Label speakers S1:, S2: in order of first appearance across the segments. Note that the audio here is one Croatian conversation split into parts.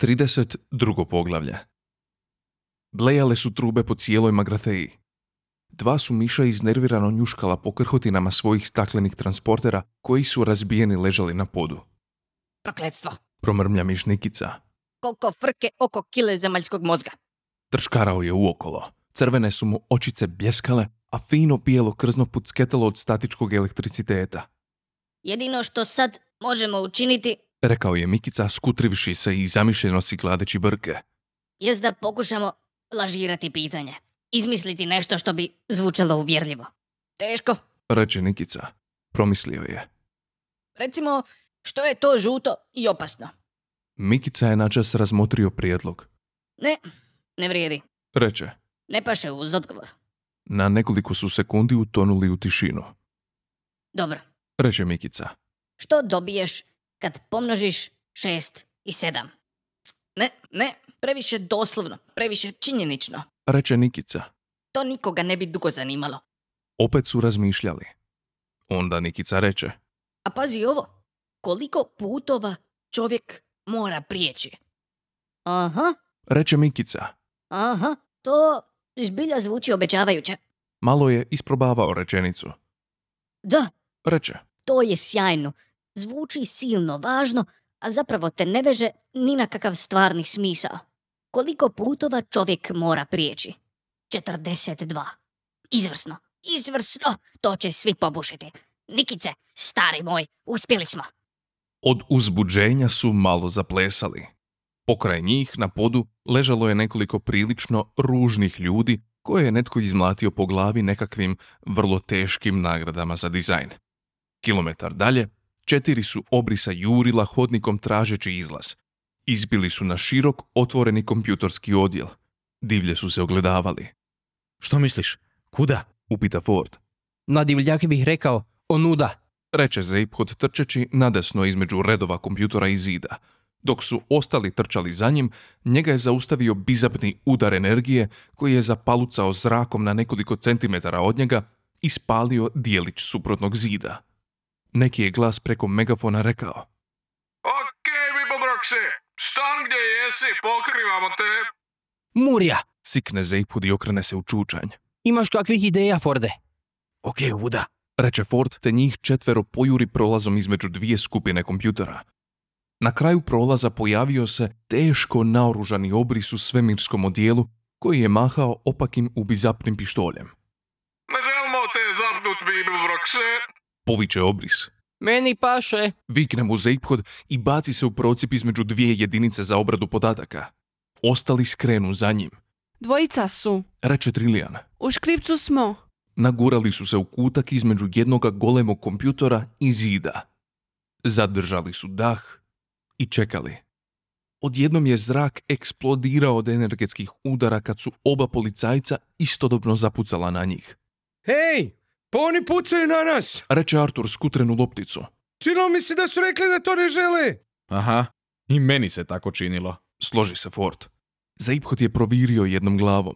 S1: 30. Drugo poglavlje. Blejale su trube po cijeloj Magrateji. Dva su miša iznervirano njuškala po krhotinama svojih staklenih transportera koji su razbijeni ležali na podu.
S2: Prokletstvo!
S1: Promrmlja miš Nikica.
S2: Koliko frke oko kile zemaljskog mozga.
S1: Trškarao je uokolo. Crvene su mu očice bljeskale, a fino bijelo krzno pucketalo od statičkog elektriciteta.
S2: Jedino što sad možemo učiniti
S1: Rekao je Mikica skutrivši se i zamišljeno si gladeći brke.
S2: jest da pokušamo lažirati pitanje. Izmisliti nešto što bi zvučalo uvjerljivo. Teško.
S1: Reče Nikica. Promislio je.
S2: Recimo, što je to žuto i opasno?
S1: Mikica je načas razmotrio prijedlog.
S2: Ne, ne vrijedi.
S1: Reče.
S2: Ne paše uz odgovor.
S1: Na nekoliko su sekundi utonuli u tišinu.
S2: Dobro.
S1: Reče Mikica.
S2: Što dobiješ kad pomnožiš šest i sedam? Ne, ne, previše doslovno, previše činjenično.
S1: Reče Nikica.
S2: To nikoga ne bi dugo zanimalo.
S1: Opet su razmišljali. Onda Nikica reče.
S2: A pazi ovo, koliko putova čovjek mora prijeći. Aha,
S1: Reče Mikica.
S2: aha, to zbilja zvuči obećavajuće.
S1: Malo je isprobavao rečenicu.
S2: Da,
S1: Reče.
S2: to je sjajno. Zvuči silno važno, a zapravo te ne veže ni na kakav stvarni smisao. Koliko putova čovjek mora prijeći? 42. Izvrsno, izvrsno, to će svi pobušiti. Nikice, stari moj, uspjeli smo.
S1: Od uzbuđenja su malo zaplesali. Pokraj njih na podu ležalo je nekoliko prilično ružnih ljudi koje je netko izmlatio po glavi nekakvim vrlo teškim nagradama za dizajn. Kilometar dalje, četiri su obrisa jurila hodnikom tražeći izlaz. Izbili su na širok otvoreni kompjutorski odjel. Divlje su se ogledavali.
S3: Što misliš? Kuda?
S1: Upita Ford.
S4: Na divljaki bih rekao, onuda.
S1: Reče Zeiphod trčeći nadesno između redova kompjutora i zida. Dok su ostali trčali za njim, njega je zaustavio bizapni udar energije koji je zapalucao zrakom na nekoliko centimetara od njega i spalio dijelić suprotnog zida. Neki je glas preko megafona rekao.
S5: Okej, Bibobroksi, stan gdje jesi, pokrivamo te.
S4: Murija,
S1: Sikne Zeiphod i okrene se u čučanj.
S4: imaš kakvih ideja, Forde?
S3: Ok, vuda.
S1: Reče Ford te njih četvero pojuri prolazom između dvije skupine kompjutera. Na kraju prolaza pojavio se teško naoružani obris u svemirskom odijelu koji je mahao opakim ubizapnim pištoljem.
S5: Ne želimo te zapnut, Bibobroksi.
S1: Poviče obris.
S4: Meni paše.
S1: Vikne mu zeiphod i baci se u procip između dvije jedinice za obradu podataka. Ostali skrenu za njim.
S6: Dvojica su.
S1: Reče Trilijan.
S6: U škripcu smo.
S1: Nagurali su se u kutak između jednoga golemog kompjutora i zida. Zadržali su dah i čekali. Odjednom je zrak eksplodirao od energetskih udara kad su oba policajca istodobno zapucala na njih.
S7: Hej, pa oni pucaju na nas!
S1: Reče Artur skutrenu lopticu.
S7: Činilo mi se da su rekli da to ne žele!
S3: Aha, i meni se tako činilo.
S1: Složi se Ford. Zaiphod je provirio jednom glavom.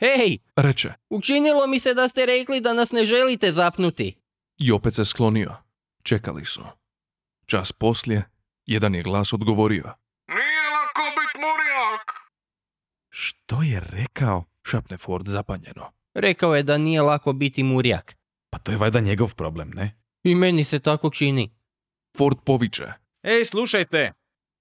S4: Hej,
S1: Reče
S4: učinilo mi se da ste rekli da nas ne želite zapnuti.
S1: i opet se sklonio. Čekali su. Čas poslije, jedan je glas odgovorio.
S5: Nije lako bit murijak.
S3: Što je rekao?
S1: Šapne Ford zapanjeno.
S4: Rekao je da nije lako biti murjak.
S3: Pa to je valjda njegov problem, ne?
S4: I meni se tako čini.
S1: Ford poviče.
S8: Ej, slušajte,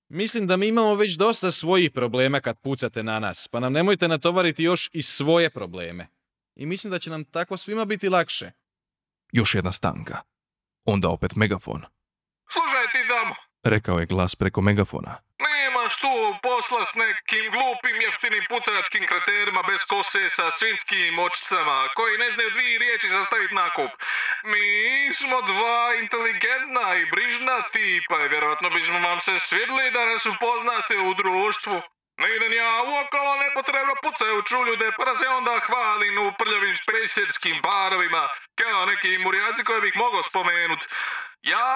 S8: mislim da mi imamo već dosta svojih problema kad pucate na nas, pa nam nemojte natovariti još i svoje probleme. I mislim da će nam tako svima biti lakše.
S1: Još jedna stanka. Onda opet megafon.
S5: Slušaj ti damo,
S1: Rekao je glas preko megafona.
S5: nemaš tu posla s nekim glupim jeftinim pucačkim kreterima bez kose sa svinskim očicama koji ne znaju dvije riječi sastaviti nakup. Mi smo dva inteligentna i brižna tipa i vjerojatno bismo vam se svidli da nas upoznate u društvu. Ne idem ja uokolo nepotrebno pucajuću ljude, pa da se onda hvalim u prljavim spejserskim barovima, kao neki murjaci koje bih mogao spomenut. Ja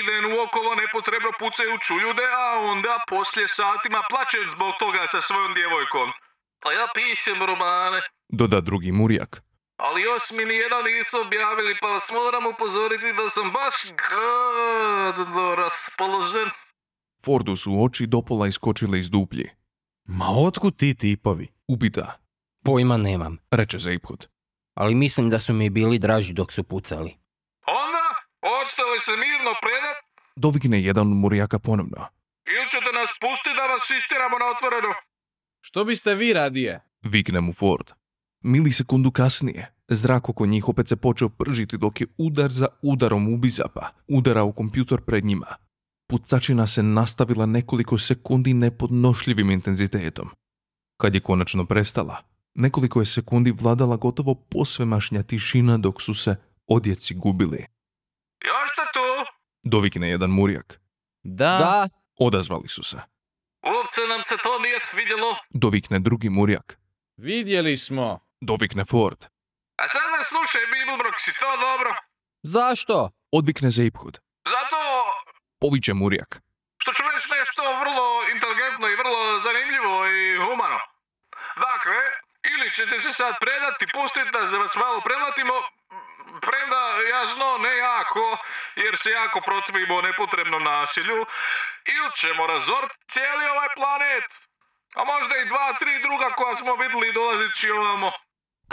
S5: idem uokolo nepotrebno pucajuću ljude, a onda poslije satima plaćem zbog toga sa svojom djevojkom. A ja pišem romane.
S1: Doda drugi murijak.
S5: Ali još mi nijedan nisu objavili, pa vas moram upozoriti da sam baš gad raspoložen.
S1: Fordu su oči dopola iskočile iz duplji.
S3: Ma otkud ti tipovi?
S1: Upita,
S4: Pojma nemam,
S1: reče Zeiphut.
S4: ali mislim da su mi bili draži dok su pucali.
S5: Onda, hoćete li se mirno predat
S1: Dovigne jedan od murjaka ponovno.
S5: ili ćete nas pustiti da vas istiramo na otvoreno?
S8: Što biste vi radije?
S1: Vikne mu Ford. Milisekundu kasnije, zrak oko njih opet se počeo pržiti dok je udar za udarom ubizapa udarao kompjutor pred njima. Pucačina se nastavila nekoliko sekundi nepodnošljivim intenzitetom. Kad je konačno prestala, nekoliko je sekundi vladala gotovo posvemašnja tišina dok su se odjeci gubili.
S5: Još ste tu?
S1: Dovikne jedan murjak.
S3: Da.
S4: Da,
S1: Odazvali su se.
S5: Uopće nam se to nije svidjelo.
S1: Dovikne drugi murjak.
S8: Vidjeli smo.
S1: Dovikne Ford.
S5: A sad ne slušaj, Bibelbrok, si to dobro?
S4: zašto?
S1: Odvikne Zeiphud.
S5: Zato
S1: Poviće murjak.
S5: što ću reći nešto vrlo inteligentno i vrlo zanimljivo i humano. Dakle, ili ćete se sad predati, pustiti da se vas malo prelatimo, premda ja zno ne jako, jer se jako protivimo nepotrebnom nasilju, ili ćemo razort cijeli ovaj planet, a možda i dva, tri druga koja smo vidjeli dolazeći ovamo.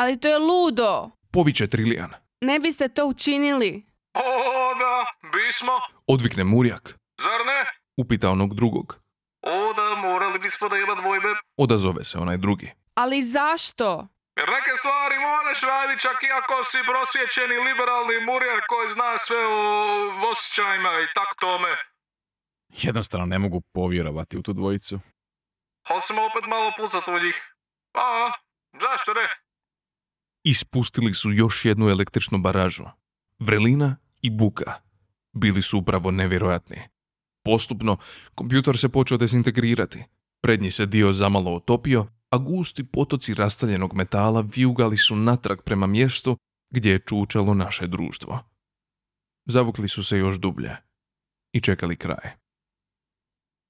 S6: Ali to je ludo.
S1: Poviće Trilijan.
S6: Ne biste to učinili.
S5: O, da, bismo,
S1: Odvikne murjak.
S5: zar ne?
S1: Upita onog drugog.
S5: O, da, morali bismo da ima dvojbe.
S1: Odazove se onaj drugi.
S6: Ali zašto?
S5: Jer neke stvari moraš raditi čak i ako si prosvjećeni liberalni murija koji zna sve o osjećajima i tak tome.
S3: Jednostavno ne mogu povjerovati u tu dvojicu.
S5: Ali smo opet malo pucat u njih. A, zašto ne?
S1: Ispustili su još jednu električnu baražu. Vrelina i buka. Bili su upravo nevjerojatni. Postupno, kompjutor se počeo dezintegrirati. Prednji se dio zamalo otopio, a gusti potoci rastavljenog metala vijugali su natrag prema mjestu gdje je čučalo naše društvo. Zavukli su se još dublje i čekali kraj.